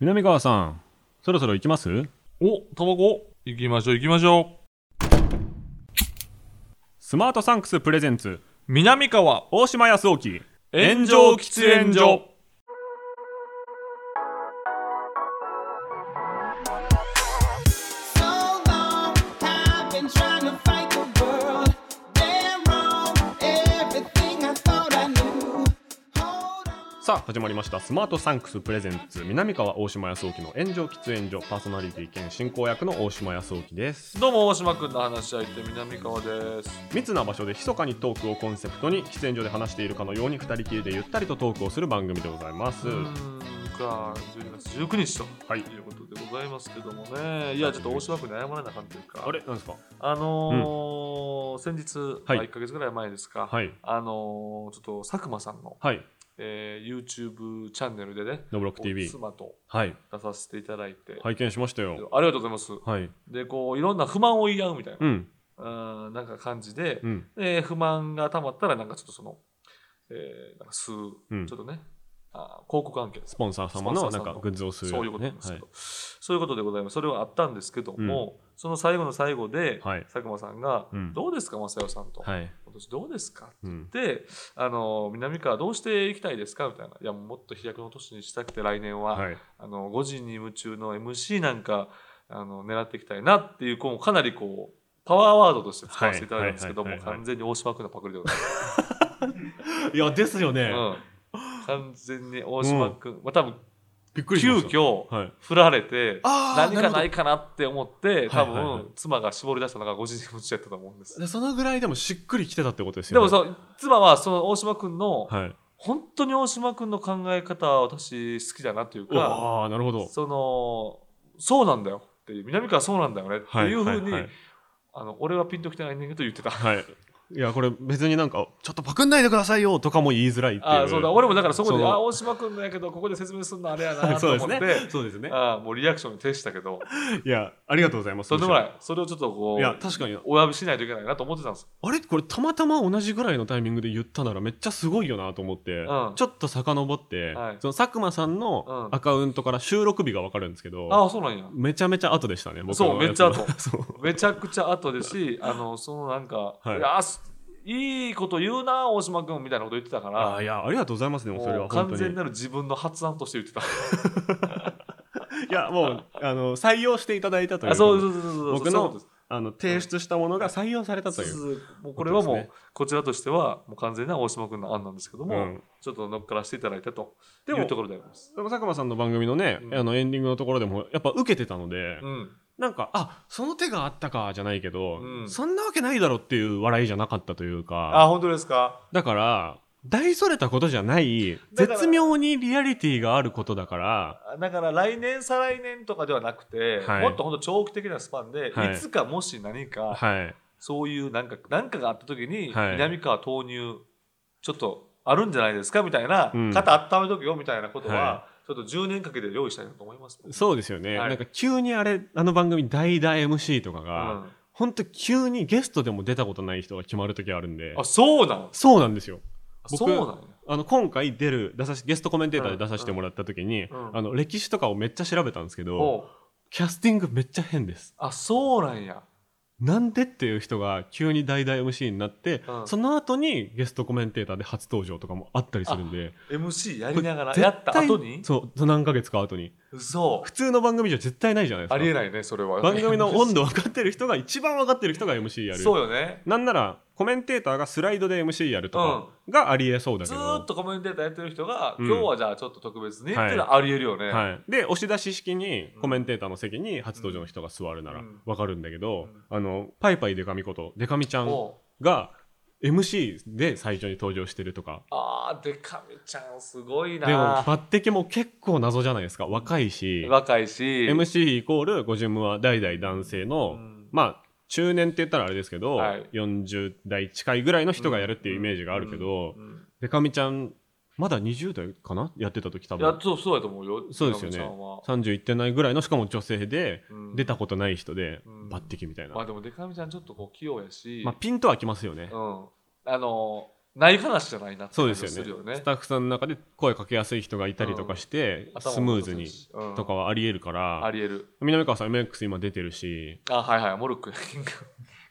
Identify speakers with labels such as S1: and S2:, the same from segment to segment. S1: 南川さん、そろそろ行きます
S2: お、タバコ行きましょう行きましょ
S1: スマートサンクスプレゼンツ、
S2: う。南川、
S1: 大島康沖。
S2: 炎上喫煙所。
S3: So long, I've been trying to fight the world. Damn wrong, everything I thought I knew. Hold on.
S1: さあ、始まりました。スマートサンクスプレゼンツ、南川大島康沖の炎上喫煙所、パーソナリティ兼進行役の大島康沖です。
S2: どうも、大島くんの話し相手、南川です。
S1: 密な場所で密かにトークをコンセプトに、喫煙所で話しているかのように二人きりでゆったりとトークをする番組でございます。
S2: うーん、か、12月19日と、
S1: はい
S2: いうことでございますけどもね。いや、ちょっと大島くんに謝らなあかんというか、
S1: あれなんですか
S2: あのー先日、
S1: はい
S2: まあ1ヶ月ぐらい前ですか、
S1: はい。
S2: あのーちょっと佐久間さんの、
S1: はい。
S2: えー YouTube チャンネルでね、
S1: ノブロック TV。
S2: 妻と
S1: はい。
S2: 出させていただいて、
S1: 拝見しましたよ。
S2: ありがとうございます。
S1: はい。
S2: で、こう、いろんな不満を言い合うみたいな。
S1: うん。
S2: うん、なんか感じで、
S1: うん。
S2: で不満が溜まったらなんかちょっとその、えー、なんか数、
S1: うん
S2: ちょっとねあー広告案件
S1: スポンサー様
S2: ス
S1: の
S2: ポンサ
S1: な
S2: ーさ
S1: ん
S2: んの
S1: かグッズをする、
S2: そういうことな
S1: ね
S2: んで。すけど、そういうことでございますそれはあったんですけども、その最後の最後で、
S1: はい
S2: 佐久間さんが、
S1: うん
S2: どうですか正代さんと、
S1: はい。はい。
S2: 今年どうですか
S1: うん。
S2: であの南川どうしていきたいですかみたいな「いやもっと飛躍の年にしたくて来年は、
S1: はい。
S2: あの5時に夢中の MC なんかあの狙っていきたいなっていうこうかなりこうパワーワードとして使わせていただいたんですけど
S1: は
S2: も
S1: いはいはいはい
S2: 完全に大島君のパクリでございます、
S1: いや、ですよね
S2: うん、完全に大島君、まあ多分
S1: びっくりし
S2: 急
S1: ました。
S2: 遽
S1: はい。
S2: 振られて
S1: あー
S2: 何かないかなって思って多分、
S1: はいはいはい
S2: 妻が絞り出したのが5時に夢中やったと思うんです
S1: でそのぐらいでもしっくりきてたってことです
S2: で
S1: よ
S2: も
S1: ね。
S2: そう妻はその大島君の、
S1: はい。
S2: 本当に大島君の考え方は私好きだなというか
S1: ああ、なるほど。
S2: そのそうなんだよっていう南川そうなんだよねって
S1: はい。
S2: いうふうに、
S1: はいはい
S2: あの俺はピンときてないねんけど言ってた。
S1: はい。いや、これ別になんか、ちょっとパクんないでくださいよとかも言いづらいっていう。
S2: あそうだ俺もだからそこ
S1: そ
S2: で「
S1: の
S2: あ大島君だけどここで説明するのあれやな」と
S1: そうで
S2: 思
S1: す
S2: って、
S1: ね。そうですね。
S2: あもうリアクションに徹したけど
S1: いや、ありがとうございます。。
S2: とんでもないいそれをちょっとこ
S1: いうや、確かに。
S2: お詫びしないといけないなと思ってたんです
S1: あれこれたまたま同じぐらいのタイミングで言ったならめっちゃすごいよなと思って、
S2: うん
S1: ちょっと遡って、
S2: はい
S1: その佐久間さんの
S2: うん
S1: アカウントから収録日がわかるんですけど、
S2: ああそうなんや
S1: めちゃめちゃ後でしたね、僕の
S2: そうめっちゃ後
S1: やつは そう。
S2: めちゃくちゃ後です しあのそのなんか「
S1: はい
S2: い、やすいいこと言うな大島君」みたいなこと言ってたか
S1: あ
S2: ら
S1: ーいや、ありがとうございますね、でもそれ
S2: も
S1: は
S2: う
S1: 本
S2: 完
S1: 当に。
S2: 全なる自分の発案として言ってた
S1: いやもうあの採用していただいたという
S2: あ
S1: ことで
S2: そうそうそうそう
S1: 僕
S2: そういうこと
S1: の
S2: です
S1: あの提出したものが採用されたという。
S2: そうそうもうこれはも
S1: ことで
S2: うこちらとしてはもう完全な大島君の案なんですけども、
S1: うん
S2: ちょっと乗っからせていただいたとい
S1: でも
S2: うところであります。
S1: でも佐久間さんの番組のね、
S2: うん
S1: あのエンディングのところでもやっぱ受けてたので、
S2: うん、
S1: なんかあその手があったかじゃないけど、
S2: うん
S1: そんなわけないだろっていう笑いじゃなかったという
S2: あ
S1: か
S2: 本当ですか
S1: だから大それたことじゃない
S2: だから
S1: 絶妙にリアリティがあることだから
S2: だから来年再来年とかではなくて、
S1: はい
S2: もっと本当長期的なスパンで、
S1: はい
S2: い、つかもし何か、
S1: はい
S2: そういうなんかなんかがあった時に、
S1: はい
S2: 南川投入ちょっとあるんじゃないですかみたいな、
S1: うん
S2: 肩温めとくよみたいなことは、
S1: は
S2: ちょっと10年かけて用意したいなと思います。
S1: そうですよね、
S2: はい
S1: なんか急にあれあの番組代打 MC とか
S2: うん
S1: が、ほんと急にゲストでも出たことない人が決まる時あるんで
S2: あそうなの
S1: そうなんですよ僕
S2: そうなの
S1: あの今回出る出さしゲストコメンテーターで出させてもらった時に、
S2: うんうん
S1: あの歴史とかをめっちゃ調べたんですけど
S2: おう
S1: キャスティングめっちゃ変です
S2: あそうなんや。
S1: なんでっていう人が急に代々 MC になって、
S2: うん
S1: その後にゲストコメンテーターで初登場とかもあったりするんで
S2: MC や
S1: こ
S2: り
S1: れ
S2: ながら
S1: 絶
S2: やった
S1: 対
S2: 後に
S1: そうそう何ヶ月か後に
S2: 嘘
S1: 普通の番組じゃ絶対ないじゃないですか
S2: ありえないねそれは
S1: 番組の温度分かってる人が一番分かってる人が MC やる
S2: そうよね
S1: なんならコメンテーターがスライドで MC やるとかがありえそうだけ
S2: ず
S1: ど、
S2: ーっとコメンテーターやってる人が、
S1: うん
S2: 今日はじゃあちょっと特別にって
S1: はい
S2: いうのはありえるよね、
S1: はい、で押し出し式にコメンテーターの席に初登場の人が座るな
S2: う
S1: ら
S2: ん
S1: わかるんだけど、
S2: うん
S1: あのパイパイデカミことデカミちゃん
S2: も
S1: が MC で最初に登場してるとか
S2: うあーでかみちゃんすごい
S1: でも
S2: な
S1: 抜擢も結構謎じゃないですか若いし
S2: 若いし、
S1: MC イコールご順は代々男性の、
S2: うん
S1: まあ中年って言ったらあれですけど、
S2: はい
S1: 40代近いぐらいの人がやるっていうイメージがあるけど、
S2: うんうん
S1: デカミちゃんまだ20代かなやってた時多
S2: いや
S1: 分
S2: そうそうやと思うよ
S1: そうですよね
S2: でかみちゃんは
S1: 30いってないぐらいのしかも女性で
S2: うん
S1: 出たことない人で
S2: うん
S1: 抜擢みたいな、
S2: まあでもでかみちゃんちょっとこう器用やし、
S1: まあ、ピンとはきますよね、
S2: うんあのーない話じゃないなって
S1: そうで
S2: 感
S1: す
S2: じが
S1: よ
S2: す
S1: ね
S2: るよね
S1: ス。タッフさんの中で声かけやすい人がいたりとかして、
S2: うん
S1: スムーズに
S2: 頭もそうですしうん
S1: とかはありえるから、
S2: ありえる。
S1: 南川さん MX 今出てるし
S2: あ、はいはい、モルック、キング、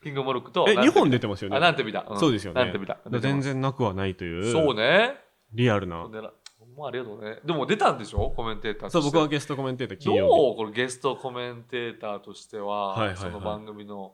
S2: キングモルックと、
S1: え
S2: なん
S1: 2
S2: て
S1: 本出てますよね
S2: あ、なんて見た。ん
S1: そうですよね
S2: なんて見た
S1: だか。ら全然なくはないとい
S2: 出
S1: う
S2: てます。そうね。
S1: リアルな
S2: ほんでなほんまありがとうね。でも出たんでしょコメンテーターとし
S1: そ
S2: て。
S1: う僕はゲストコメンテーター金曜日
S2: どうこれゲストコメンテーターとしては、
S1: はいはいはい
S2: その番組の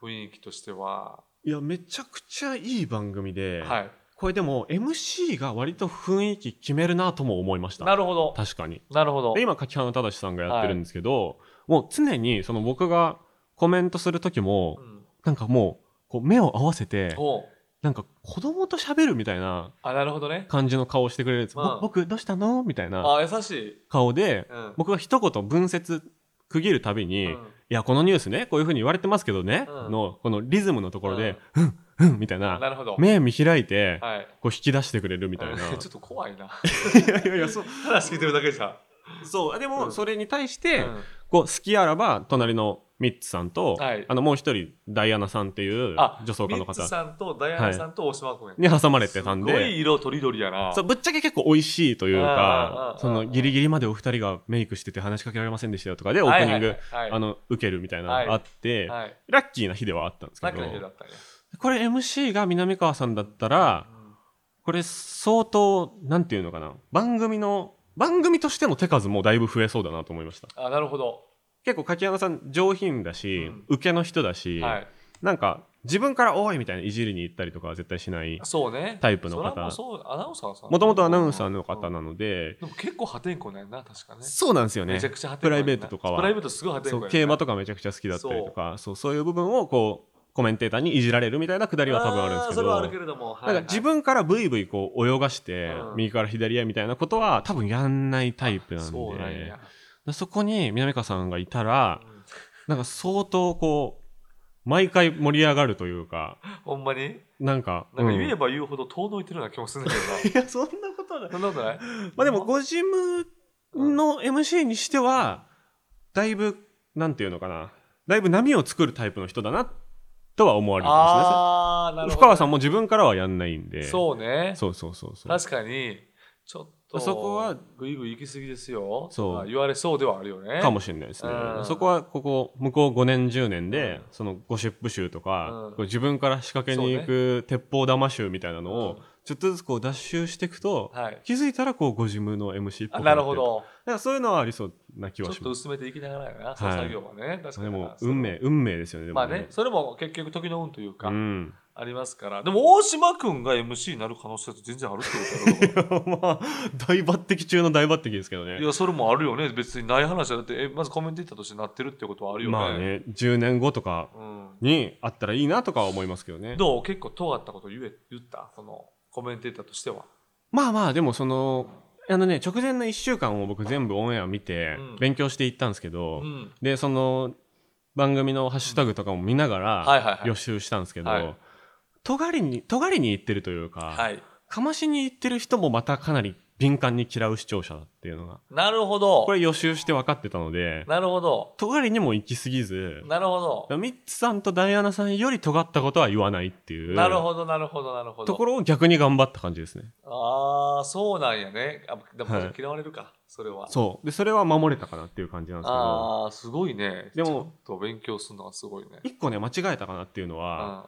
S2: 雰囲気としては、
S1: いやめちゃくちゃいい番組で、
S2: はい。
S1: これでも MC が割と雰囲気決めるなとも思いました
S2: なるほど。
S1: 確かに
S2: なるほど
S1: で。今柿花忠さんがやってるんですけど、もう常にその僕がコメントする時も、
S2: うん
S1: なんかもうこう目を合わせて
S2: おう
S1: なんか子供と喋るみたいな
S2: あ、なるほどね。
S1: 感じの顔をしてくれるんです、
S2: うん
S1: ぼ僕どうしたのみたいな
S2: あ、優しい。
S1: 顔で
S2: うん。
S1: 僕が一言分節区切るたびに、
S2: う
S1: い
S2: ん
S1: やこのニュースねこういうふうに言われてますけどね、
S2: うん
S1: のこのリズムのところで、うん、うんみたいな
S2: なるほど。
S1: 目見開いて
S2: はい。
S1: こう引き出してくれるみたいな
S2: ちょっと怖い な。
S1: いやいやいやそう
S2: 話聞いてるだけじゃ。
S1: そうでも、
S2: うん
S1: それに対して、
S2: うん
S1: こう好きあらば隣のミッツさんと、
S2: はい
S1: あのもう一人ダイアナさんっていう
S2: あ、
S1: 女装家の
S2: ミッツ
S1: 方
S2: さんとダイアナさんと大島君や。
S1: に挟まれてたん
S2: すごい
S1: で
S2: 色とりどりやな。
S1: そうぶっちゃけ結構美味しいという
S2: あーあ
S1: か
S2: ー
S1: そ
S2: あ
S1: の
S2: ー
S1: ギリギリまでお二人がメイクしてて話しかけられませんでしたよとかでオープニング、
S2: はいはいはい
S1: あの受けるみたいな
S2: はい
S1: のあって、
S2: はい。
S1: ラッキーな日ではあったんですけ
S2: ラッ
S1: ど
S2: キーな日だったね。
S1: これ MC が南川さんだったらこれ相当なんていうのかな番組の番組としての手数もだいぶ増えそうだなと思いました
S2: あ、なるほど。
S1: 結構柿山さん上品だし、
S2: うん
S1: 受けの人だし、
S2: はい。
S1: なんか自分から「おい!」みたいないじりに行ったりとかは絶対しない
S2: そうね。
S1: タイプの
S2: それは
S1: 方
S2: もうそう、アナウンサーさん。
S1: もともとアナウンサーの
S2: う
S1: 方
S2: ん
S1: なので、
S2: でも結構破天荒なんやな、確かね。
S1: そうなんですよね
S2: めちゃくちゃ破天
S1: プ
S2: 荒
S1: ラ
S2: や
S1: イ
S2: んな
S1: ベートとかは
S2: プライベートすごい破天荒
S1: そう競馬と
S2: か
S1: かめちゃくちゃ好きだったりとかそうそういう部分をこうコメンテーターにいじられるみたいなくだりは多分あるんですけ
S2: それはあ
S1: ど
S2: るけれども、はい
S1: なんか自分からブイブイこう泳がして、
S2: うん
S1: 右から左へみたいなことは多分やんないタイプなんで
S2: そうなんや。
S1: そこに南川さんがいたら
S2: うん
S1: なんか相当こう毎回盛り上がるというか
S2: ほんまに
S1: なんか
S2: なんか言え
S1: うん
S2: ば言うほど遠のいてるような気もするんだけど
S1: いやそんなことない
S2: な。そんなことない
S1: まあでも、ゴジムの MC にしては、だいぶ、なんていうのかな、だいぶ波を作るタイプの人だな、とは思われてま
S2: ああ、
S1: す
S2: な
S1: ね。
S2: る
S1: 深
S2: ほ
S1: 川
S2: ど。
S1: さんも自分からはやんないんで。
S2: そうね。
S1: そうそうそうそう。
S2: 確かに、ちょっと、
S1: そこは、
S2: ぐいぐい行き過ぎですよ。
S1: そう
S2: とか言われそうではあるよね。
S1: かもしれないですね
S2: う。ん
S1: そこは、ここ、向こう5年、10年で
S2: うん、
S1: そのゴシップ集と
S2: う
S1: か
S2: ん、
S1: こう自分から仕掛けに行く鉄砲玉集みたいなの
S2: う
S1: を
S2: ん、
S1: ちょっとずつこう脱臭していくと、
S2: はい。
S1: 気づいたらこうゴジムの MC っぽ
S2: あ
S1: く
S2: な
S1: って
S2: るほ。ど。
S1: だからそういうのはありそうな気
S2: ちょ
S1: は
S2: っ
S1: し
S2: と
S1: ます。
S2: 薄めていきながらやな、その作業はね。確か
S1: で
S2: にな。
S1: も
S2: その
S1: 運命。運命ですよねでも
S2: まあね、それも結局時の運というか
S1: う、ん、
S2: ありますから。でも、大島君が MC になる可能性って全然あるってこ とだろうか
S1: まあ大抜擢中の大抜擢ですけど
S2: ら。
S1: ね
S2: いや、それもあるよね。別にない話だって、えまずコメンテーターとしてなってるってことはあるよね。
S1: まあね10年後とか
S2: うん。
S1: にあったらいいなとかは思いますけどね
S2: どう結構尖ったこと言え言ったそのコメンテーターとしては。
S1: まあまあでもそのあのね直前の1週間を僕全部オンエア見て
S2: うん
S1: 勉強していったんですけど、
S2: うん。
S1: でその番組のハッシュタグとかも見なが
S2: はいはい
S1: ら
S2: はい
S1: 予習したんですけど、
S2: はい
S1: 尖りに尖りに行ってるというか、
S2: はい。
S1: かましに行ってる人もまたかなり敏感に嫌う視聴者だっていうのが
S2: なるほど
S1: こ。れ予習して分かってたので
S2: なるほど。
S1: 尖りにも行き過ぎず
S2: なるほど。
S1: ミッツさんとダイアナさんより尖ったことは言わないっていう
S2: なるほどなるほどなるほど。
S1: ところを逆に頑張った感じですね
S2: ああそうなんやね。あでも、
S1: はい
S2: 嫌われるかそれは。
S1: そうでそれは守れたかなっていう感じなんですけど
S2: ああすごいね。
S1: でも
S2: ちょっと勉強するのはすごいね。
S1: 一個ね間違えたかなっていうの
S2: うん
S1: は
S2: は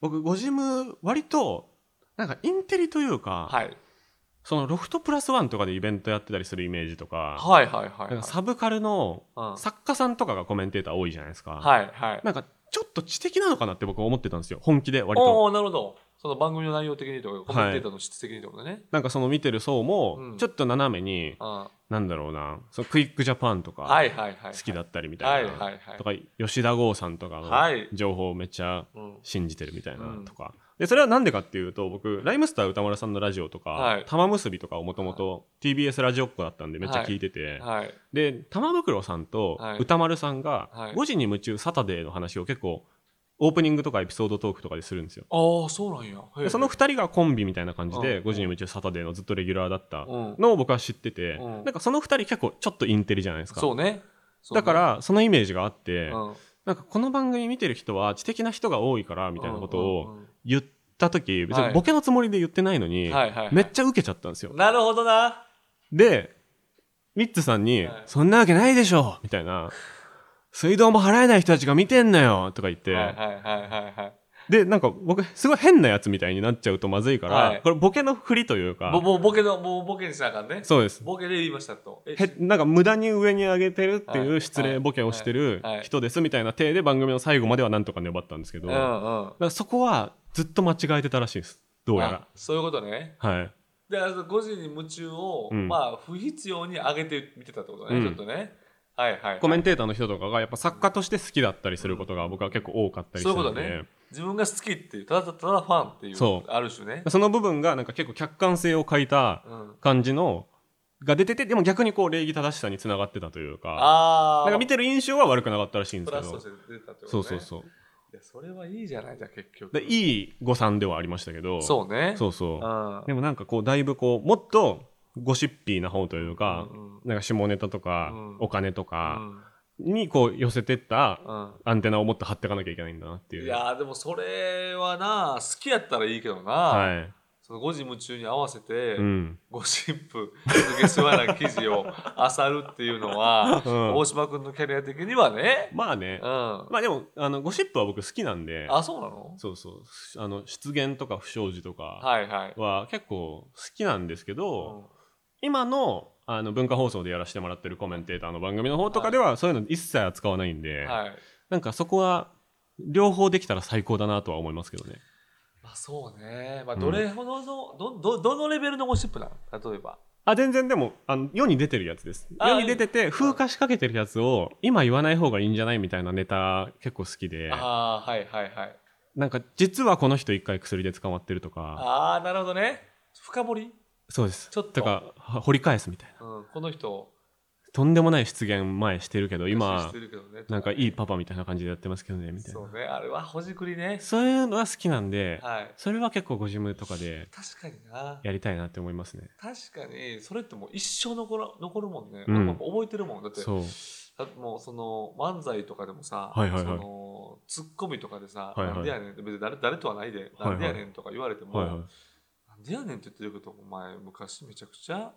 S1: 僕ゴジム割となんかインテリというか、
S2: い
S1: そのロフトプラスワンとかでイベントやってたりするイメージとか
S2: はいはいはい
S1: なんかサブカルの
S2: はい。うん
S1: 作家さんとかがコメンテーター多いじゃないですか、
S2: はいはい。
S1: なんかちょっと知的なのかなって僕は思ってたんですよ本気で割と
S2: おおなるほど。その番組の内容的にとかコメンテーターの質的にとかね。
S1: なんかその見てる層
S2: う
S1: も
S2: ん
S1: ちょっと斜めに、
S2: うんは
S1: なんだろうなそのクイックジャパンとか、
S2: いはいはいはい。
S1: 好きだったりみた
S2: はいい
S1: な、
S2: はいはい
S1: と。か吉田剛さんとか
S2: はい
S1: の情報をめっちゃ
S2: うん
S1: 信じてるみたいな
S2: うん
S1: とか、でそれはなんでかっていうと僕ライムスター歌丸さんのラジオとか、
S2: はい
S1: 玉結びとかをもともと TBS ラジオっ子だったんでめっちゃ聞いてて、
S2: はい
S1: で玉袋さんと
S2: はい
S1: 歌丸さんが
S2: はい
S1: 5時に夢中サタデーの話を結構オープニングとかエピソードトークとかでするんですよ。
S2: ああそうなんや。へ
S1: で
S2: え
S1: その2人がコンビみたいな感じで
S2: うん
S1: 5時に夢中サタデーのずっとレギュラーだった
S2: うん
S1: のを僕は知ってて、
S2: うん
S1: なんかその2人結構ちょっとインテリじゃないですか。
S2: そうね。そうね
S1: だか、らそのイメージがあって、
S2: うん
S1: なんかこの番組見てる人は知的な人が多いからみたいなこと
S2: うん
S1: を
S2: うんうん
S1: 言った時別
S2: は
S1: に
S2: い
S1: ボケのつもりで言ってないのに、
S2: はいはいはい
S1: めっちゃ受けちゃったんですよ
S2: なるほどな。
S1: でミッツさんに、
S2: はい
S1: そんなわけないでしょ」みたいな「水道も払えない人たちが見てんなよ」とか言って、
S2: はいはいはいはいはい。
S1: でなんか僕すごい変なやつみたいになっちゃうとまずいから、
S2: はい
S1: これボケの振りというか
S2: ぼぼボケのぼボケにしなあかんね。
S1: そうです
S2: ボケで言いましたと。え
S1: へなんか無駄に上に上げてるってい
S2: は
S1: う
S2: い
S1: 失礼ボケをしてる
S2: はいはい
S1: 人ですみたいな体で番組の最後まではなんとか粘ったんですけど、
S2: うんう
S1: だか
S2: ん。
S1: らそこはずっと間違えてたらしいですどうや
S2: あそういうことね。
S1: らはい
S2: で、あの5時に夢中を、
S1: うん
S2: まあ、不必要に上げて見てたってことね、
S1: うん
S2: ちょっとね。はいはい、はい。
S1: コメンテーターの人とかがやっぱ作家として好きだったりすることが僕は結構多かったりす
S2: そうい
S1: る
S2: うこ
S1: の
S2: と
S1: で
S2: ね。自分が好きっていう、ただただファンっていう、
S1: そう
S2: ある種ね。
S1: その部分がなんか結構客観性を欠いた
S2: うん、
S1: 感じのが出ててでも逆にこう礼儀正しさにつながってたというか
S2: ああ。
S1: なんか見てる印象は悪くなかったらしいんで
S2: プ
S1: すけ
S2: ラ
S1: ど
S2: スとして出たってことね。
S1: そうそうそう
S2: いや、それはいいじゃない、じゃあ結局。
S1: で
S2: い。
S1: いい誤算ではありましたけど
S2: そうね。
S1: そうそう
S2: うん。
S1: でもなんかこうだいぶこうもっとゴシッピーな方というか、
S2: うんうん
S1: なんか下ネタとか、
S2: うん
S1: お金と
S2: う
S1: か
S2: ん
S1: にこう寄せてった
S2: うん
S1: アンテナをもっと張っていかなきゃいけないんだなっていう。
S2: いやーでもそれはな好きやったらいいけどな、
S1: は
S2: その5時夢中に合わせて、
S1: い。うん。
S2: ゴシップ続けすわな記事を漁るっていうのは、
S1: うん
S2: 大島君のキャリア的にはね、
S1: まあ
S2: う
S1: ね
S2: ん、、あ
S1: まあでもあのゴシップは僕好きなんで、
S2: そうなの
S1: そうそう。あの失言とか不祥事とか
S2: はいはい、
S1: は結構好きなんですけど、
S2: うん
S1: 今のあの文化放送でやらせてもらってるコメンテーターの番組の方とかではそういうの一切扱わないんで、
S2: はい
S1: なんかそこは両方できたら最高だなとは思いますけどね。
S2: まあそうね、まあ、どれほどの、どどどのレベルのゴシップなの例えば
S1: あ全然でもあの世に出てるやつです
S2: あ
S1: 世に出てて風化しかけてるやつを今言わない方がいいんじゃないみたいなネタ結構好きで
S2: ああはいはいはい
S1: なんか実はこの人一回薬で捕まってるとか
S2: ああなるほどね深掘り、
S1: そうです
S2: ちょっと
S1: だからは掘り返すみたいな
S2: うん、この人
S1: とんでもない失言前してるけど
S2: し
S1: 今
S2: てるけどね
S1: なんかいいパパみたいな感じでやってますけどねみたいな
S2: そうねあれはほじくりね
S1: そういうのは好きなんで
S2: はい
S1: それは結構ご自分とかで
S2: 確かにな
S1: やりたいなって思いますね
S2: 確かにそれってもう一生残ら残るもんね、
S1: うん
S2: なんか覚えてるもんだって
S1: そう
S2: だってもうその漫才とかでもさ、
S1: はいはいはい
S2: そのツッコミとかでさ、
S1: はいはい
S2: なんでやねんって別に誰誰とはないで、
S1: はい
S2: なんでやねんとか言われても、
S1: はいはい
S2: なんでやねんって言ってるけどお前昔めちゃくちゃ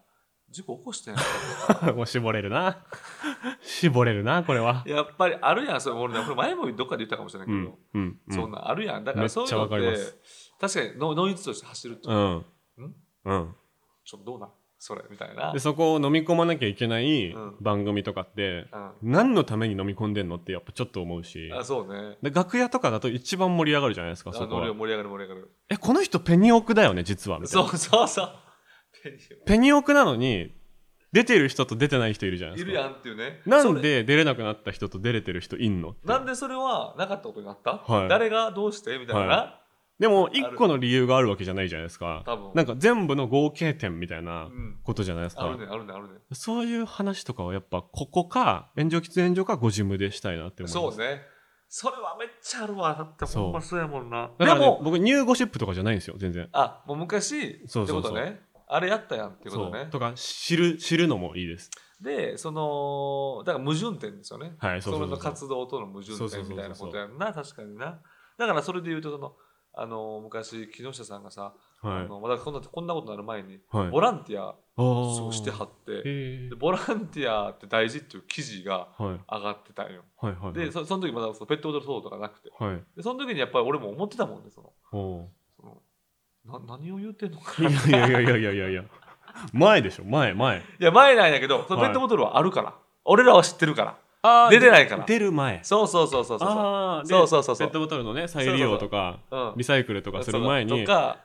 S2: 事故起 こしてんの
S1: もう絞れるな 絞れるなこれは
S2: やっぱりあるやんそれ俺ねこれ前もどっかで言ったかもしれないけ
S1: う
S2: ど、
S1: んうんうん
S2: そんなんあるやんだからそういうのって
S1: めっちゃわかります
S2: 確かにノノイズとして走ると、
S1: うん
S2: ん
S1: うん
S2: ちょっとどうなんそれみたいな
S1: でそこを飲み込まなきゃいけない
S2: うん
S1: 番組とかって、
S2: うん
S1: 何のために飲み込んでんのってやっぱちょっと思うし
S2: あそうね
S1: で楽屋とかだと一番盛り上がるじゃないですか
S2: あ
S1: そこ
S2: 盛り
S1: は
S2: 盛り上がる盛り上がる
S1: えこの人ペニオクだよね実はみたい
S2: そ
S1: な
S2: うそうそう ペニオ
S1: ペニオクなのに出てる人と出てない人いるじゃないで
S2: い
S1: す
S2: る
S1: か
S2: やんっていうね
S1: なんで出れなくなった人と出れてる人いんのって
S2: なんでそれはなかったことになった、
S1: はい
S2: 誰がどうしてみたいな、
S1: はでも一個の理由があるわけじゃないじゃないですか
S2: 多分
S1: なんか全部の合計点みたいな
S2: うん
S1: ことじゃないですか、
S2: あるねあるねあるね
S1: そういう話とかはやっぱここか炎上喫煙所かごジムでしたいなって思います
S2: そうねそれはめっちゃあるわだってほんまそうやもんな
S1: だか
S2: で
S1: ら、ね、
S2: も
S1: 僕ニューゴシップとかじゃないんですよ全然
S2: あもう昔って
S1: そ
S2: こ
S1: うそうそう
S2: とねあれやったやんっていうこと
S1: そう
S2: ね
S1: とか知る知るのもいいです
S2: でそのだから矛盾点ですよね、
S1: はいそうそうそう
S2: の活動との矛盾点みたいなことやんな確かになだからそれで言うとそのあの昔木下さんがさ、あ
S1: は
S2: のまだこんなこんなことになる前に
S1: いはい
S2: ボランティア
S1: あー
S2: そうしてはって、
S1: へ
S2: で
S1: ー
S2: ボランティアって大事っていう記事が
S1: はい
S2: 上がってたんよ。
S1: はいはい
S2: で、そその時まだそのペットボトル騒動とかなくて。
S1: はい
S2: で、その時にやっぱり俺も思ってたもんね、その、
S1: お
S2: そのな何を言ってんのかな。 い
S1: ーいやいやいやいやいやいや前でしょ前前
S2: や、前なんやけど、その
S1: はい
S2: ペットボトルはあるから。俺らは知ってるから。
S1: あ
S2: ー出てないから
S1: 出る前
S2: そうそうそうそうそうそう。
S1: あーで
S2: そうそうそうそう
S1: ペットボトルのね再利用とか
S2: うん
S1: リサイクルとかする前
S2: そう
S1: に
S2: とか、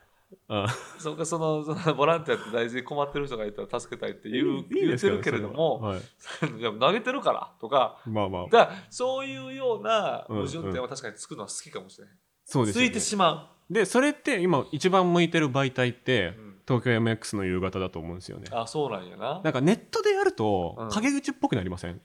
S1: あ
S2: そっかそのそ のボランティアって大事で困ってる人がいたら助けたいって言う
S1: いいいい
S2: 言
S1: で
S2: っ
S1: す
S2: て
S1: よ
S2: るけれども、
S1: はい
S2: いや投げてるからとか、
S1: まあまあ
S2: だからそういうような
S1: うんうん
S2: 矛盾点は確かにつくのは好きかもしれない。
S1: そうですよ
S2: つ
S1: ね
S2: いてしま
S1: でそれって今一番向いてる媒体って
S2: う。うん
S1: 東京 MX の夕方だと思うんですよね
S2: あ、そうなんやな。
S1: なんかネットでやる
S2: う
S1: と
S2: ん
S1: 陰口っぽくなりません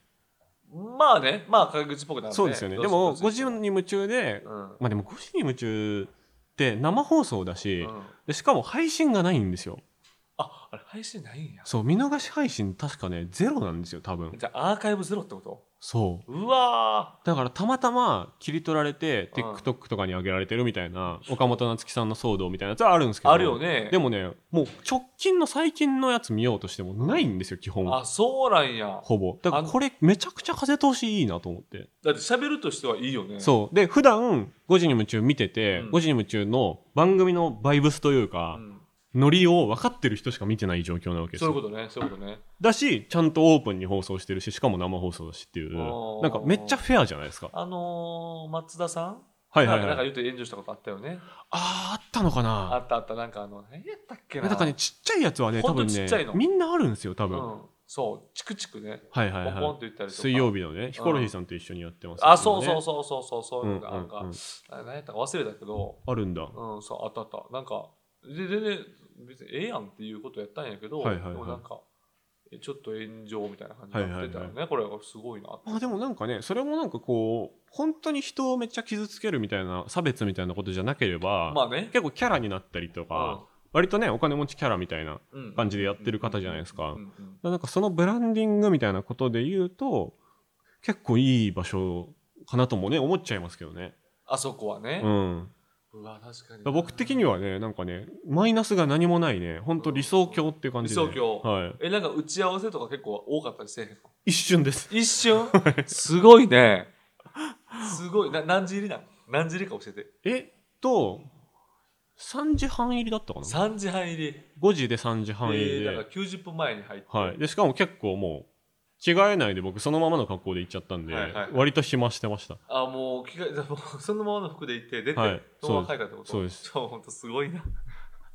S2: まあね、まあ陰口っぽくなるね。
S1: そうですよね。
S2: ど
S1: でも、5
S2: どうし
S1: 時
S2: ても
S1: に夢中で、
S2: うん。
S1: まあでも5時に夢中って生放送だし、
S2: うん
S1: でしかも配信がないんですよ。
S2: あああれ配信ないんや
S1: そう見逃し配信確かねゼロなんですよ多分
S2: じゃあアーカイブゼロってこと
S1: そう
S2: うわ
S1: だからたまたま切り取られて
S2: うん
S1: TikTok とかに上げられてるみたいな岡本夏樹さんの騒動みたいなやつはあるんですけ
S2: ー
S1: ど
S2: あるよね
S1: でもねもう直近の最近のやつ見ようとしてもないんですよ基本
S2: あそうなんや
S1: ほぼだから
S2: あの
S1: これめちゃくちゃ風通しいいなと思って
S2: だって喋るとしてはいいよね
S1: そうで普段5時に夢中見てて、
S2: うん
S1: 5時に夢中の番組のバイブスというか、
S2: ん
S1: ノリを分かってる人しか見てない状況なわけです
S2: そう
S1: よ
S2: いうことねそういうことね
S1: だしちゃんとオープンに放送してるししかも生放送だしっていう
S2: あー
S1: なんかめっちゃフェアじゃないですか
S2: あのー、松田さん
S1: はいはい
S2: なんか
S1: はい
S2: 言って炎上したことあったよね
S1: あーあったのか
S2: あ
S1: な
S2: ったあったなんかあの何やったっけ
S1: な
S2: なん
S1: かねちっちゃいやつはね多
S2: ほんと
S1: 分
S2: ち
S1: ね
S2: っちゃいの
S1: みんなあるんですよ多
S2: う
S1: 分、
S2: んそうチクチクね
S1: はいは
S2: ポ
S1: い
S2: ンポンと
S1: はい
S2: 言ったりとか
S1: 水曜日のねヒコロヒーさんと一緒にやってます、
S2: あそうそう
S1: そ
S2: そうそうそうそういうのがなんか、
S1: うんうん
S2: あ何やったか忘れたけど
S1: あるんだ
S2: うん、そう、あったあった。なんか、で、で、で、別にええやんっていうことやったんやけど、
S1: はいはいはい
S2: でもなんか、えちょっと炎上みたいな感じになってたよね。
S1: はい
S2: これがすごいなって。
S1: まあでもなんかねそれもなんかこう本当に人をめっちゃ傷つけるみたいな差別みたいなことじゃなければ、
S2: まあね。
S1: 結構キャラになったりとか、割とねお金持ちキャラみたいな
S2: うん
S1: 感じでやってる方じゃないですか
S2: うんうんうん
S1: なんかそのブランディングみたいなことで言うと結構いい場所かなともね思っちゃいますけどね、
S2: あそこはね
S1: う。ん、
S2: うわ、確か
S1: だか
S2: に
S1: ら
S2: な。
S1: 僕的にはねなんかねマイナスが何もないね本当理想郷っていう感じで、
S2: 理想郷
S1: はい、
S2: え、なんか打ち合わせとか結構多かったりせえへんの
S1: 一瞬です
S2: 一瞬すごいね。すごい。な何時入りなん何時入りか教えて。
S1: えっと3時半入りだったかな
S2: 3時半入り。
S1: 5時で3時半入りで、
S2: えー、だから90分前に入って。
S1: はい、でしかも結構もう着替えないで僕そのままの格好で行っちゃったんで、
S2: はいはいはい
S1: 割と暇してました
S2: あもう着替えもうそのままの服で行って出て、
S1: はい
S2: そのまま帰ったってこと
S1: そうです
S2: そう本当すごいな、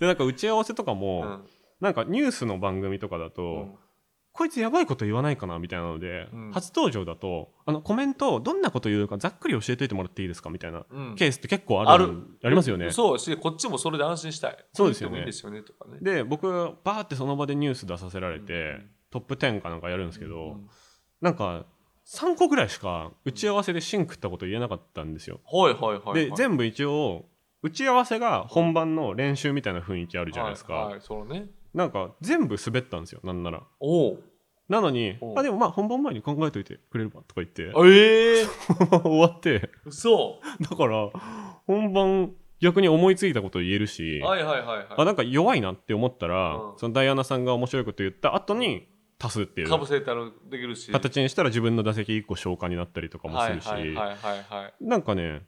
S1: でなんか打ち合わせとか
S2: う
S1: も、
S2: ん
S1: なんかニュースの番組とかだと、
S2: うん
S1: こいつやばいこと言わないかなみたいなので、
S2: うん
S1: 初登場だとあのコメントどんなこと言うかざっくり教えといてもらっていいですかみたいな
S2: うん
S1: ケースって結構ある
S2: ある
S1: ありますよね
S2: そうやしこっちもそれで安心したい
S1: そうですよね
S2: こう言ってもいいですよねとかね
S1: で僕バーってその場でニュース出させられて、
S2: うん
S1: トップ10かなんかやるんですけど、
S2: うん
S1: なんか3個ぐらいしか打ち合わせでシンクったこと言えなかったんですよ、
S2: はいはいはいはい、
S1: で全部一応打ち合わせが本番の練習みたいな雰囲気あるじゃないですか、
S2: はいはいそのね
S1: なんか全部滑ったんですよなんなら
S2: おう
S1: なのに
S2: おう
S1: あでもまあ本番前に考えといてくれればとか言 って
S2: ええー、
S1: 終わって
S2: 嘘
S1: だから本番逆に思いついたこと言えるし、
S2: はいはいはい
S1: あ
S2: は
S1: なんか弱いなって思ったら、
S2: うん
S1: そのダイアナさんが面白いこと言った後に足すってい
S2: いうかぶせたらできるし
S1: 形にしたら自分の打席1個消化になったりとかもするし、
S2: はいはいはいはいはい
S1: なんかね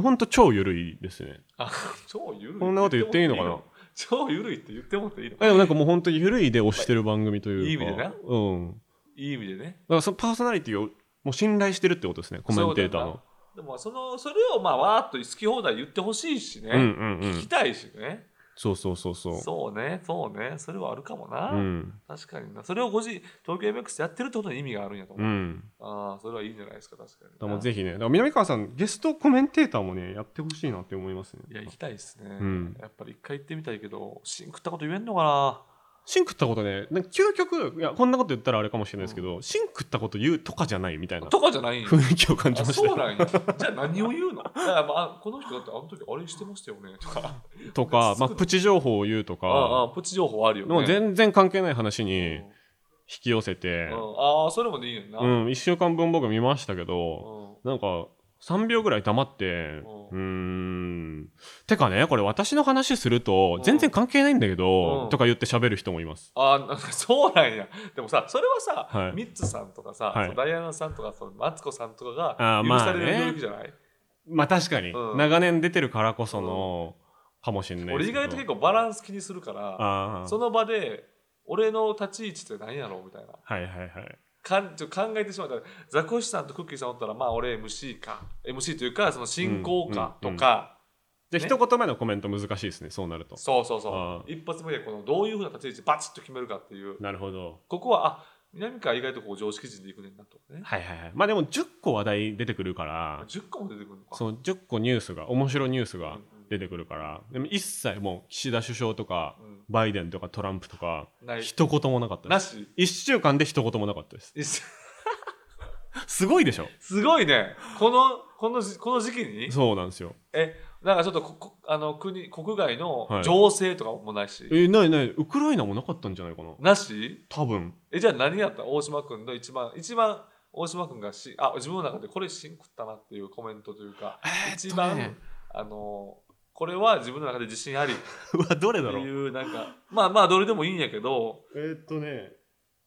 S1: ほんと超ゆるいですね
S2: あ超ゆるい
S1: こんなこと言っていいのかな
S2: 超ゆるいって言ってもらっていいの
S1: あでもなんかもうほんとゆるいで推してる番組というか
S2: いい意味でな
S1: うんだ
S2: いい意味でね
S1: からそのパーソナリティをもう信頼してるってことですねコメンテーターの
S2: でもそのそれをまあわーっと好き放題言ってほしいしね、
S1: うんうんう
S2: 聞き
S1: ん
S2: たいしね
S1: そうそうそうそう
S2: そうねそうねそれはあるかもな、
S1: うん
S2: 確かになそれを5時東京 MX やってるってことに意味があるんやと思
S1: う
S2: う、
S1: ん
S2: ああそれはいいんじゃないですか確かに
S1: だからもうぜひねだから南川さんゲストコメンテーターもねやってほしいなって思いますね
S2: いや行きたいですね、
S1: ん
S2: やっぱり一回行ってみたいけどシンクったこと言えんのかな
S1: シンクったことねなんか究極いやこんなこと言ったらあれかもしれないですけど、シンクったこと言うとかじゃないみたいな
S2: とかじゃないん や
S1: 雰囲気を感じ
S2: あ
S1: ました
S2: そう
S1: よ
S2: なんやじゃあ何を言うのだからまあこの人だってあの時あれしてましたよ ねとか
S1: とか、まあ、
S2: そう
S1: プチ情報を言うと
S2: あああ
S1: か
S2: あプチ情報あるよね
S1: の全然関係ない話
S2: う
S1: に
S2: ん
S1: 引き寄せて、
S2: うんああそれもでいいよな、
S1: う
S2: うん
S1: ん、1週間分僕見ましたけど、なんか3秒ぐらい黙って、うー
S2: う
S1: ん、てかね、これ私の話すると全然関係ないんだけ
S2: う
S1: ど
S2: ん、
S1: とか言って喋る人もいます。
S2: あーなんか そうなんやでもさそれはさ、
S1: はい
S2: ミッツさんとかさ、
S1: はい
S2: そのダイアナさんとかそのマツコさんとか
S1: あー
S2: が許
S1: まあ
S2: される
S1: ね
S2: 領域じゃない、
S1: まあ確かに、
S2: うん
S1: 長年出てるからこその、かもしれないで
S2: 俺
S1: す
S2: 意
S1: けど。
S2: 外と結構バランス気にするから
S1: あ
S2: そ
S1: あ、
S2: の場で俺の立ち位置って何やろうみたいな
S1: はいはいはい。
S2: かんちょっと考えてしまったザコシさんとクッキーさんおったらまあ俺 MC か MC というかその進行か
S1: うん
S2: と
S1: うん
S2: か、
S1: で、
S2: ね
S1: 一言目のコメント難しいですね、そうなると。
S2: そうそう
S1: あ
S2: そう一発目でこのどういうふうな立ち位置バチッと決めるかっていう
S1: なるほど。
S2: ここはあ南川意外とこう常識人でいくねんなとね
S1: はいはいはい。まあでも10個話題出てくるから、
S2: 10個も出てくるのか
S1: そう10個ニュースが、面白いニュースが出てくるから、でも一切もう岸田首相とか、
S2: う
S1: バイデンとかトランプとか、
S2: ない
S1: 一言もなかったで
S2: な
S1: す。
S2: し
S1: 1週間で一言もなかったです。すごいでしょ
S2: すごいね。この、このじ、この時期に
S1: そうなんですよ。
S2: え、なんかちょっとここあの国国外の
S1: はい
S2: 情勢とかもないし、
S1: えないないウクライナもなかったんじゃないかな
S2: なし
S1: 多分
S2: えじゃあ何やった大島君の一番一番大島君がしあ自分の中でこれしんくったなっていうコメントというか、一番、あのこれは自分の中で自信ありっ
S1: うわどれ
S2: て
S1: だろう
S2: いうなんかまあまあどれでもいいんやけど、
S1: えーっとね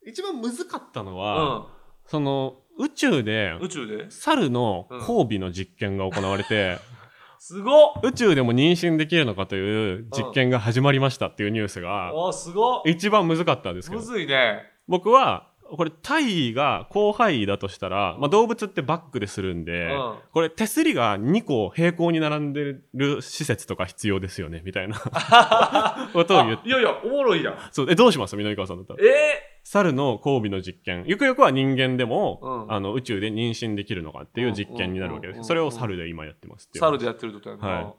S1: 一番難かったの
S2: う
S1: は、
S2: ん、
S1: その宇宙で
S2: 宇宙で
S1: 猿の交尾の実験が行われて、
S2: すごっ
S1: 宇宙でも妊娠できるのかという実験が始まりましたっていうニュースが
S2: おすごっ
S1: 一番難かったんですけ
S2: む
S1: ど
S2: ずいね
S1: 僕はこれ体位が広範囲だとしたら、まあ、動物ってバックでするんで、
S2: うん
S1: これ手すりが2個平行に並んでる施設とか必要ですよねみたい なことを言っ
S2: あいやいやおもろいやん
S1: そうえどうしますみのりかわさんだったら
S2: ええ
S1: 猿の交尾の実験ゆくゆくは人間でも、
S2: うん
S1: あの宇宙で妊娠できるのかっていう実験になるわけです、
S2: うんうんうんうん
S1: それを猿で今やってますっていう
S2: 猿でやってるってことやんな、、
S1: は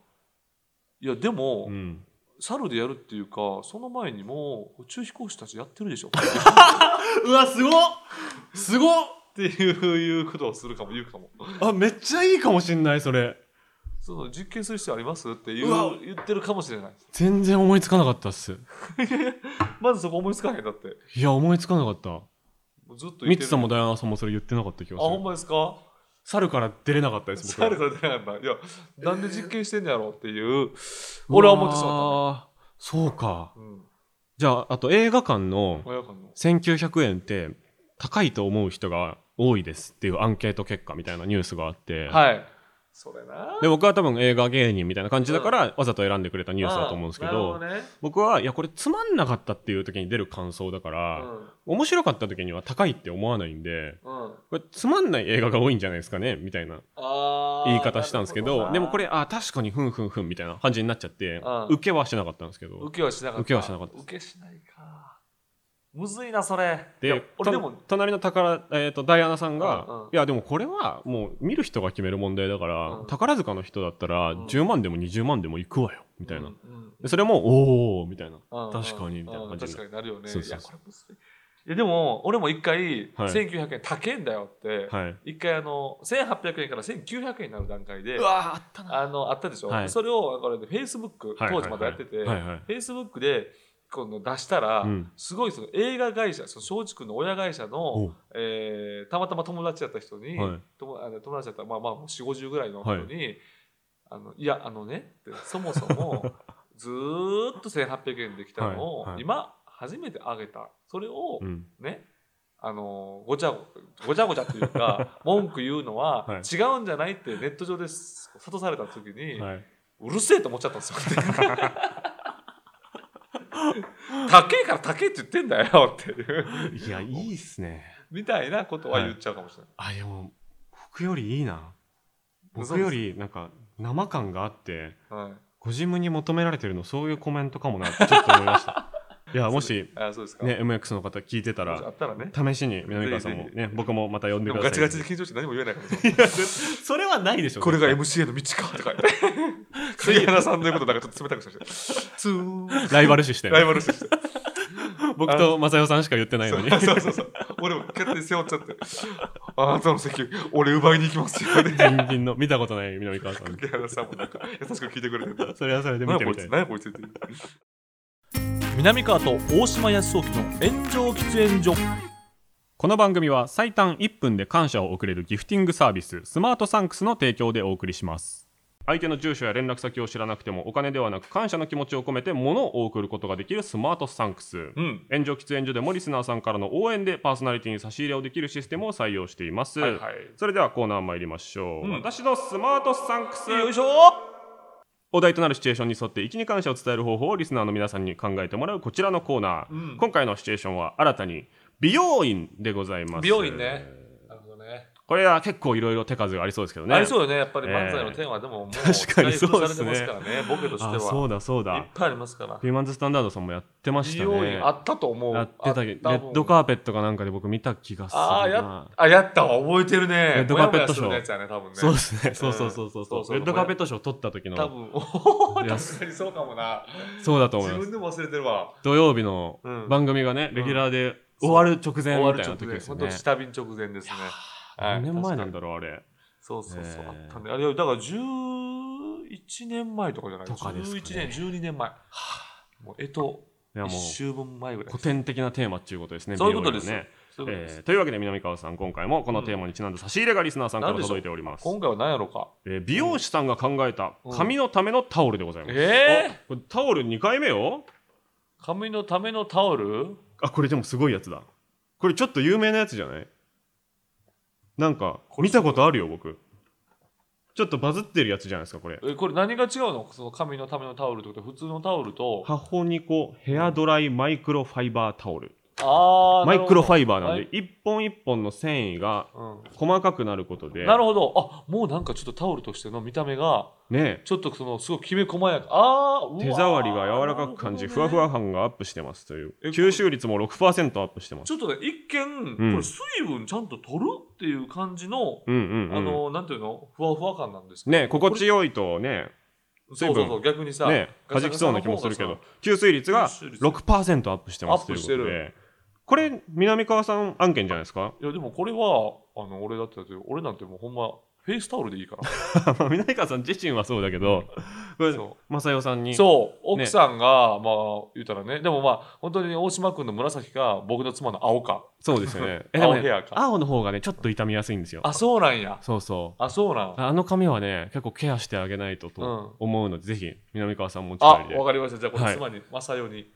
S1: い
S2: やでも、
S1: うん、
S2: 猿でやるっていうかその前にもう宇宙飛行士たちやってるでしょっ
S1: うわすごっ すごって
S2: いういうことをするかも言うかも
S1: あめっちゃいいかもしんないそれ
S2: その実験する必要ありますっていう
S1: うわ
S2: 言ってるかもしれない
S1: 全然思いつかなかったっす
S2: まずそこ思いつかへんだって
S1: いや思いつかなかった
S2: もうずっと言
S1: ミ
S2: っ
S1: ッ
S2: てる
S1: ツさんもダイアナさんもそれ言ってなかった気が
S2: あ
S1: す
S2: ほ
S1: る
S2: んまですか
S1: 猿から出れなかったです僕は
S2: 猿が出なかったいやなんで実験してんのやろうっていう俺は思ってしまっ
S1: まったそうか
S2: たね、うん、
S1: じゃああと映画館の
S2: 親子の
S1: 1900円って高いと思う人が多いですっていうアンケート結果みたいなニュースがあって、
S2: はいそれな
S1: で僕は多分映画芸人みたいな感じだからわざと選んでくれたニュースだと思うんですけど
S2: あーなる
S1: 僕はいやこれつまんなかったっていう時に出る感想だから、
S2: ほどね
S1: 面白かった時には高いって思わないんで
S2: うんうん
S1: これつまんない映画が多いんじゃないですかねみたいな
S2: あー
S1: 言い方したんですけど
S2: なるほな
S1: でもこれあ確かにふんふんふんみたいな感じになっちゃって
S2: うん
S1: 受けはしなかったんですけど
S2: 受けはしなかった
S1: 受けはしなかったです
S2: 受けしないかむずいなそれいや
S1: で
S2: 俺で
S1: と
S2: も
S1: 隣の宝、えー、とダイアナさんが、
S2: うんうん
S1: いやでもこれはもう見る人が決める問題だから、
S2: うん
S1: 宝塚の人だったら
S2: うん
S1: 10万でも20万でも行くわよみたいな、
S2: うんうん
S1: でそれもおおみたいな、
S2: うん
S1: 確かにみたいな感じ
S2: うん
S1: に
S2: 確かになるよね
S1: そうそう
S2: いや
S1: そ
S2: これむずいいやでも俺も一回
S1: はい
S2: 1900円高いんだよって
S1: はい
S2: 一回あの1800円から1900円になる段階で
S1: わあった
S2: あのあったでしょ
S1: はい
S2: それをこれでフェイスブック
S1: はい
S2: 当時まだやっててフ
S1: はいはい
S2: ェイスブックで今度出したら
S1: うん
S2: すごいその映画会社その松竹の親会社の
S1: お
S2: えーたまたま友達やった人に、
S1: はい
S2: ともあの友達だったまあまあ4 5 0ぐらいの人に「い、あのいやあのね」ってそもそ もずーっと1800円できたのを、
S1: はいはい
S2: 今初めて上げたそれを
S1: うん
S2: ね、あのごちゃごちゃごちゃとい うか文句言うのは
S1: はい
S2: 違うんじゃないってネット上で諭された時に、
S1: はいう
S2: るせえと思っちゃったんですよ。 高えから高えって言ってんだよっていう
S1: いやいいっすね
S2: みたいなことは言っちゃうかもしれない。
S1: あでも僕よりいいな
S2: そう
S1: 僕
S2: です
S1: よりなんか生感があって
S2: はい
S1: ご自分に求められてるのそういうコメントかもなってちょっと思いました いやもし
S2: あそうですか。
S1: ね MX の方聞いてた
S2: もしあ
S1: ら
S2: ったらね。
S1: 試しに南川さんも
S2: ぜひ
S1: ね僕もまた呼ん
S2: で
S1: で
S2: も
S1: くださ
S2: ガチ
S1: い
S2: ガチで緊張して何も言えな いから。
S1: いやそそれはないでしょ
S2: これが MC への道かとか言って。 杉原さんの言うことなんかちょっと冷たくさせて。ツー
S1: ライバル視して
S2: ライ バル視して。
S1: 僕と正代さんしか言ってないのに
S2: そ うそうそうそう。俺も勝手に背負っちゃって。あなたの席、俺奪いに行きますよね。
S1: ギンギンの見たことない南川さん
S2: 杉原さんもなんか優しく聞いてくれ てる。
S1: それはそれで見
S2: 何
S1: て
S2: や
S1: み
S2: こい
S1: たい
S2: つ、何やこいつって。南川と大島康沖の炎上喫煙所。
S1: この番組は最短1分で感謝を送れるギフティングサービススマートサンクスの提供でお送りします相手の住所や連絡先を知らなくてもお金ではなく感謝の気持ちを込めて物を送ることができるスマートサンクス、
S2: うん。
S1: 炎上喫煙所でもリスナーさんからの応援でパーソナリティに差し入れをできるシステムを採用しています、
S2: はいはい
S1: それではコーナー参りましょう、
S2: うん
S1: 私のスマートサンクス
S2: よいしょ
S1: お題となるシチュエーションに沿って生きに感謝を伝える方法をリスナーの皆さんに考えてもらうこちらのコーナー、
S2: うん
S1: 今回のシチュエーションは新たに美容院でございます
S2: 美容院ね。なるほどね。
S1: これは結構いろいろ手数がありそうですけどね
S2: ありそうよね、やっぱり
S1: ええ
S2: 漫才のテーマでももう、
S1: 確かにそうですね
S2: だいぶされてますからね、ボケとして
S1: あそ
S2: は。
S1: うだそう
S2: いっ
S1: だ
S2: ぱいありますから
S1: フ。ィーマンズスタンダードさんもやってました
S2: 美容
S1: ね
S2: 院あったと思う。
S1: やってたけど
S2: あ
S1: レ
S2: もん
S1: ッドカーペットかなんかで僕見た気がする
S2: あーや
S1: な
S2: あ、やったわ、覚えてるね。レ
S1: ッドカーペットショー
S2: やつやね、多分ね。
S1: そうですね、そうそうそうそうそう
S2: うんそうそう
S1: レッドカーペット賞取った時
S2: 多
S1: の
S2: 分、おー
S1: いや
S2: 確かにそうかもな。
S1: そうだと思い
S2: 自
S1: ま
S2: 分
S1: す
S2: でも忘れてるわ。
S1: 土曜日の
S2: うん
S1: 番組がね、レギュラーで終わる直前
S2: 終わ
S1: み
S2: る
S1: たい
S2: 直
S1: な時
S2: 前、
S1: ですよ
S2: 本
S1: ね、
S2: 当下便直前ですね。はい
S1: 何年前なん
S2: 確か
S1: だ
S2: に
S1: ろうあれ
S2: そうそうそう、
S1: ねえ
S2: あったね。あれ、だから11 1年前とかじゃない
S1: とかですかね
S2: 11年12年前もうえと
S1: いや
S2: 1
S1: もう
S2: 週分前ぐらい
S1: 古典的なテーマっていうことですね。
S2: そういうことです
S1: 美容院はね
S2: そういうことです
S1: えーというわけで南川さん今回もこのテーマにちなんだ差し入れがリスナーさんから
S2: なんでしょう
S1: 届いております、
S2: 今回は何やろうか
S1: えー美容師さんが考えた
S2: うん
S1: 髪のためのタオルでございます、
S2: え
S1: あこれタオル2回目よ
S2: ー、髪のためのタオル
S1: あこれでもすごいやつだこれちょっと有名なやつじゃないなんか
S2: これ
S1: 見
S2: す
S1: た
S2: ごい
S1: ことあるよ僕ちょっとバズってるやつじゃないですかこれ
S2: えこれ何が違うのその髪のためのタオルってこと普通のタオルと
S1: ハホニコヘアドライマイクロファイバータオル
S2: ああ
S1: マイクロファイバーなん
S2: は
S1: で
S2: い
S1: 一本一本の繊維が
S2: うん
S1: 細かくなることで
S2: なるほどあもうなんかちょっとタオルとしての見た目が
S1: ね
S2: ちょっとそのすごくきめ細やかあーうわー
S1: 手触りが柔らかく感じ、
S2: な
S1: ふ
S2: るほど
S1: わ
S2: ね
S1: ふわ感がアップしてますという
S2: え
S1: 吸収率も6%アップしてます
S2: ちょっとね一見こ
S1: うん
S2: れ水分ちゃんと取るっていう感じの、
S1: うんうん、うん、
S2: あのなんていうのふわふわ感なんですけど
S1: ね心地よいとね
S2: そうそうそう逆にさ、
S1: ね
S2: ガ
S1: 弾
S2: サガ
S1: き
S2: サ
S1: そう
S2: の
S1: な気
S2: 方が
S1: も
S2: さ
S1: するけど吸水率が
S2: 吸水率
S1: 6%アップしてます
S2: アッ
S1: とい
S2: プ
S1: うこ
S2: して
S1: と
S2: る
S1: でこれ南川さん案件じゃないです か
S2: いやでもこれはあの俺だってだって俺なんてもうほんまフェイスタオルでいいから
S1: まあ南川さん自身はそうだけどこれ
S2: そ
S1: 正代さんに
S2: そう奥さんが、まあ言うたらねでもまあ本当に大島君の紫か僕の妻の青か
S1: そうですよ ねえでも
S2: 青
S1: ね
S2: ヘアか
S1: 青の方がねちょっと傷みやすいんですよ
S2: あそうなんや
S1: そうそう
S2: あそうなん
S1: あの髪はね結構ケアしてあげないとと思うので、ぜひ南川さんもお
S2: あ
S1: 力で
S2: わかりましたじゃあこ
S1: は
S2: れ
S1: い
S2: 妻に正代に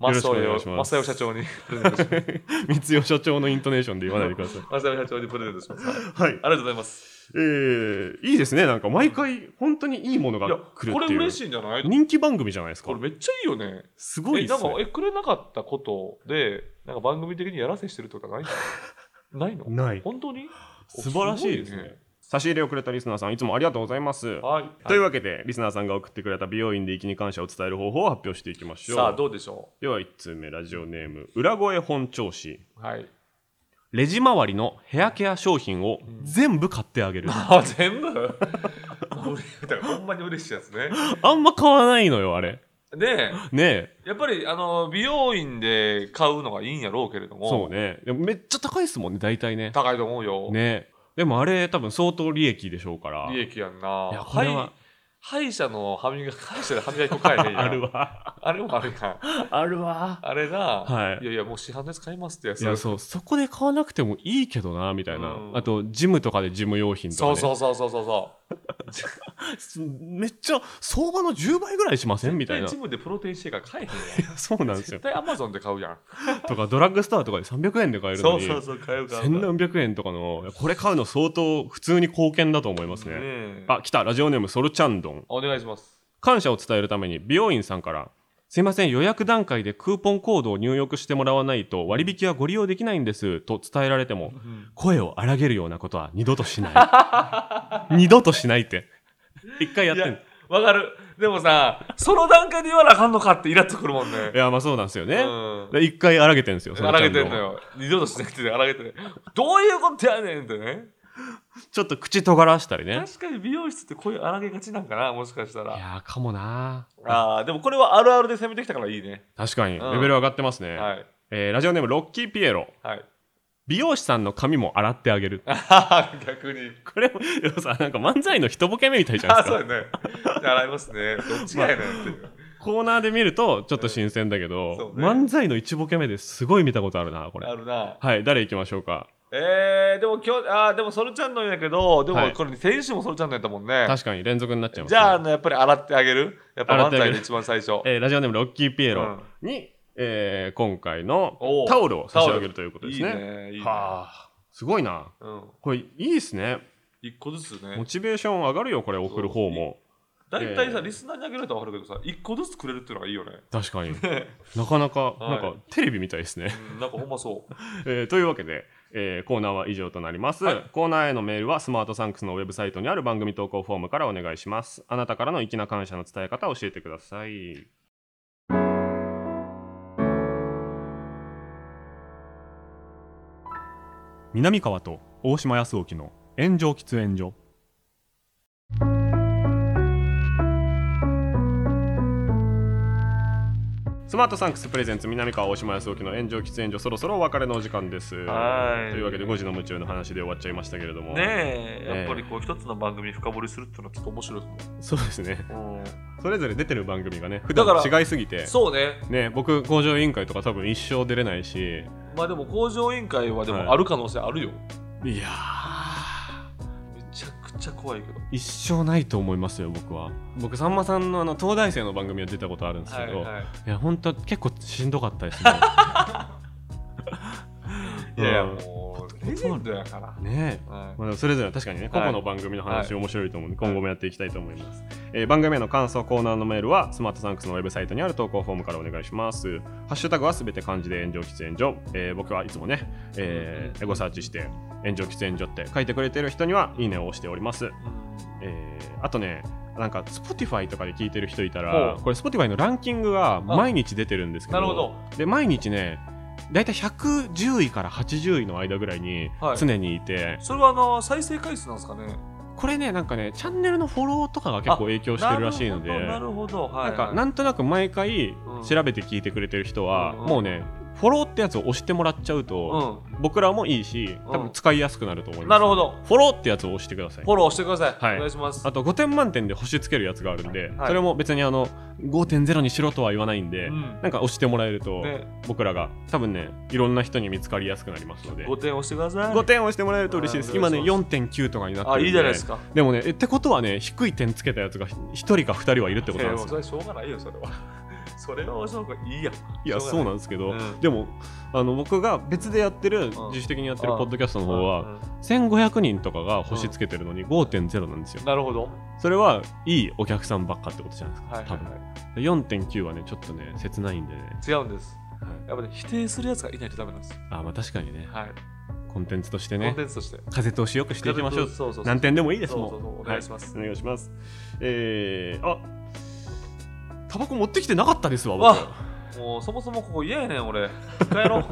S1: ろ
S2: 正
S1: しくお願いし
S2: 代
S1: ます
S2: 正代社長にプレゼントします
S1: 三代所長のイントネーションで言わないでください
S2: 正代社長にプレゼントしますはいあ
S1: は
S2: り
S1: い
S2: がとうございます
S1: えー、いいですねなんか毎回本当にいいもの
S2: い
S1: が
S2: や
S1: 来る
S2: こ
S1: っ
S2: れ
S1: ていう
S2: 嬉しいんじゃない
S1: 人気番組じゃないです
S2: こ
S1: か
S2: れめっちゃいいよね
S1: すごい
S2: え
S1: で
S2: なん
S1: す
S2: か
S1: ね
S2: えくれなかったことでなんか番組的にやらせしてるとかない ないの
S1: ない
S2: 本当に
S1: 素晴らしいですね
S2: おご
S1: 差し入れをくれたリスナーさんいつもありがとうございます
S2: はい
S1: というわけでリスナーさんが送ってくれた美容院で生きに感謝を伝える方法を発表していきまし
S2: さ
S1: ょ
S2: あ
S1: う
S2: どうでしょ
S1: では1通目ラジオネーム裏声本調子
S2: うはい
S1: レジ周りのヘアケア商品を全部買ってあげ る、
S2: あ全部俺だからほんまに嬉しいやつね
S1: あんま買わないのよあれ
S2: で
S1: ねえ
S2: やっぱりあの美容院で買うのがいいんやろうけれども
S1: そうねでもめっちゃ高いですもんね大体ね
S2: 高いと思うよ、
S1: ねでもあれ多分相当利益でしょうから
S2: 利益やんない
S1: やこれは
S2: 歯医歯医者の歯磨き歯医者で歯磨き粉買え へんやん
S1: あるわ
S2: あれもあるやん
S1: あるわ
S2: あれな、
S1: はい
S2: いやいやもう市販のやつ買いますってやつ
S1: いやそうそこで買わなくてもいいけどなみたいな、
S2: うん
S1: あとジムとかでジム用品とか、
S2: そ
S1: ね、
S2: うそうそうそうそうそう
S1: めっちゃ相場の10倍ぐらいしませんみたいな
S2: 絶対ジムでプロテインシェーカー買えへんやん
S1: そうなんですよ
S2: 絶 対アマゾンで買うやん
S1: とかドラッグストアとかで300円で買えるのに
S2: そう買う
S1: 千何百円とかのこれ買うの相当普通に貢献だと思いますね
S2: ねあ
S1: あ来たラジオネームソルチャンドン
S2: お願いします
S1: 感謝を伝えるために美容院さんから「すいません予約段階でクーポンコードを入力してもらわないと割引はご利用できないんです」と伝えられても声を荒げるようなことは二度としない 二度としないって一回や
S2: い
S1: って
S2: や
S1: んい
S2: わかるでもさその段階で言わなあかんのかってイラっとくるもんね
S1: やまあそうなんですよね
S2: うん
S1: で一回荒げてんですよそ
S2: 荒げ
S1: ちゃ
S2: て
S1: ん
S2: ん
S1: と
S2: のよ二度としなくて荒げてるどういうことやねんってね
S1: ちょっと口尖らしたりね
S2: 確かに美容室ってこういう荒げがちなんかなもしかした
S1: い
S2: ら
S1: やーかもな
S2: あーでもこれはあるあるで攻めてきたからいいね
S1: 確かに
S2: うん
S1: レベル上がってますね、
S2: はい
S1: えーラジオネームロッキーピエロ
S2: はい
S1: 美容師さんの髪も洗ってあげる
S2: 逆に
S1: これもでもさなんか漫才の人ボケ目みたいじゃない
S2: あ
S1: ですか
S2: そうやね洗いますねどっちがやねんっていう
S1: コーナーで見るとちょっと新鮮だけど、
S2: うんそうね
S1: 漫才の一ボケ目ですごい見たことあるなこ
S2: あ
S1: れ
S2: るな
S1: はい誰行きましょうか
S2: えー、でも今日あーでもソルちゃんのやけどで
S1: は
S2: も
S1: い
S2: これ先週もソルちゃんのやったもんね
S1: 確かに連続になっちゃいます、ね、
S2: じゃああのやっぱり洗ってあげるやっぱ
S1: 洗っ
S2: 漫
S1: てあげる
S2: 才で一番最初
S1: えーラジオネームロッキーピエロに、えー今回の
S2: おう
S1: タオルを差し上げるということで
S2: い
S1: す
S2: い
S1: ね
S2: ねいいね
S1: はあすごいな
S2: うん
S1: これいいですね
S2: 一個ずつね
S1: モチベーション上がるよこれ送る方も
S2: 大体
S1: え
S2: さ
S1: ー
S2: リスナーにあげると分かるけどさ一個ずつくれるっていうのがいいよね
S1: 確かになかなか、
S2: はい
S1: なんかテレビみたいですね、
S2: うんなんかほんまそう
S1: えーというわけで、えーコーナーは以上となります、
S2: はい
S1: コーナーへのメールはスマートサンクスのウェブサイトにある番組投稿フォームからお願いしますあなたからの粋な感謝の伝え方を教えてください南川と大島康沖の炎上喫煙所スマートサンクスプレゼンツ南川大島康沖の炎上喫煙所そろそろお別れのお時間です
S4: はい
S1: というわけで5時の夢中の話で終わっちゃいましたけれども
S4: ねえ、
S1: ええ
S4: やっぱりこう一つの番組に深掘りするっていうのはちょっと面白いかも。
S1: そうですね
S4: うん
S1: それぞれ出てる番組がね普
S4: だから
S1: 段違いすぎて
S4: そうね。
S1: ね僕工場委員会とか多分一生出れないし
S4: まあでも工場委員会はで
S1: はい
S4: もある可能性あるよ。
S1: いや
S4: めちゃくちゃ怖いけど。
S1: 一生ないと思いますよ僕は僕さんまさんのあの東大生の番組は出たことあるんですけど、い
S4: い。
S1: や本当結構しんどかったですね
S4: いやいや
S1: うん
S4: もう、レジェンドやから。
S1: ねえ
S4: は
S1: まあ、でもそれぞれ確かにね、
S4: い
S1: 個々の番組の話
S4: は
S1: 面白いと思うんで、今後もやっていきたいと思います、えー番組への感想コーナーのメールはスマートサンクスのウェブサイトにある投稿フォームからお願いしますハッシュタグはすべて漢字で炎上喫煙所、えー僕はいつもね、えーエゴサーチして炎上喫煙所って書いてくれてる人にはいいねを押しております、えーあとねなんか Spotify とかで聞いてる人いたら
S4: ほう
S1: これ Spotify のランキングが毎日出てるんです
S4: い。
S1: けど
S4: なるほど。
S1: で毎日ね大体110位から80位の間ぐらいに
S4: はい
S1: 常にいて、
S4: それはあの再生回数なんですかね。
S1: これねなんかねチャンネルのフォローとかが結構影響してるらしいので
S4: な
S1: な
S4: るほど。なるほどはい。
S1: んかなんとなく毎回
S4: うん
S1: 調べて聞いてくれてる人は、
S4: うん
S1: もうねフォローってやつを押してもらっちゃうと、僕らもいいし多分使いやすくなると思
S4: う
S1: い
S4: ん。
S1: ま
S4: な
S1: す、
S4: るほど。
S1: フォローってやつを押してください
S4: フォローしてください。
S1: はい
S4: お願いします。
S1: あと5点満点で星つけるやつがあるんで、
S4: はい
S1: それも別にあの5.0にしろとは言わないんで、
S4: うん
S1: なんか押してもらえると、
S4: ね、
S1: 僕らが多分ねいろんな人に見つかりやすくなりますので
S4: 5点押してください。
S1: 5点押してもらえると嬉しいです
S4: はい
S1: 今ね
S4: お願
S1: 4.9とかになってるん
S4: あ、
S1: で
S4: いいじゃないですか。
S1: でもね、えってことはね、低い点つけたやつが1人か2人はいるってことなん
S4: い
S1: で
S4: や
S1: す
S4: そ
S1: よ。
S4: れしょうがないよ、それは。 それは押した方がいいやん。
S1: いや、
S4: しょ
S1: そう
S4: が
S1: なんですけど、
S4: うん
S1: でもあの、僕が別でやってる、自主的にやってる
S4: うん
S1: ポッドキャストの
S4: い
S1: 方
S4: う
S1: は、
S4: ん
S1: 1500人とかが星つけてるのに5.0なんですよ。
S4: なるほど。
S1: それはいいお客さんばっかってことじゃないですか、
S4: はいはい、
S1: 多分。
S4: は
S1: で4.9はね、ちょっとね、切ないんでね。
S4: い。違うんです。
S1: はい
S4: やっぱり否定するやつがいないとダメなんですよ。
S1: あ、まあ確かにね、
S4: はい。
S1: コンテンツとして
S4: コン
S1: ね
S4: テ、ンツとして。
S1: 風通しよくしていきましょう。
S4: そうそうそう
S1: 何点でもいいです
S4: そう
S1: も
S4: そうんそうお願いします
S1: はお願いします。えー、あタバコ持ってきてなかったですわ、僕。
S4: わもうそもそもここ嫌やねん俺帰ろう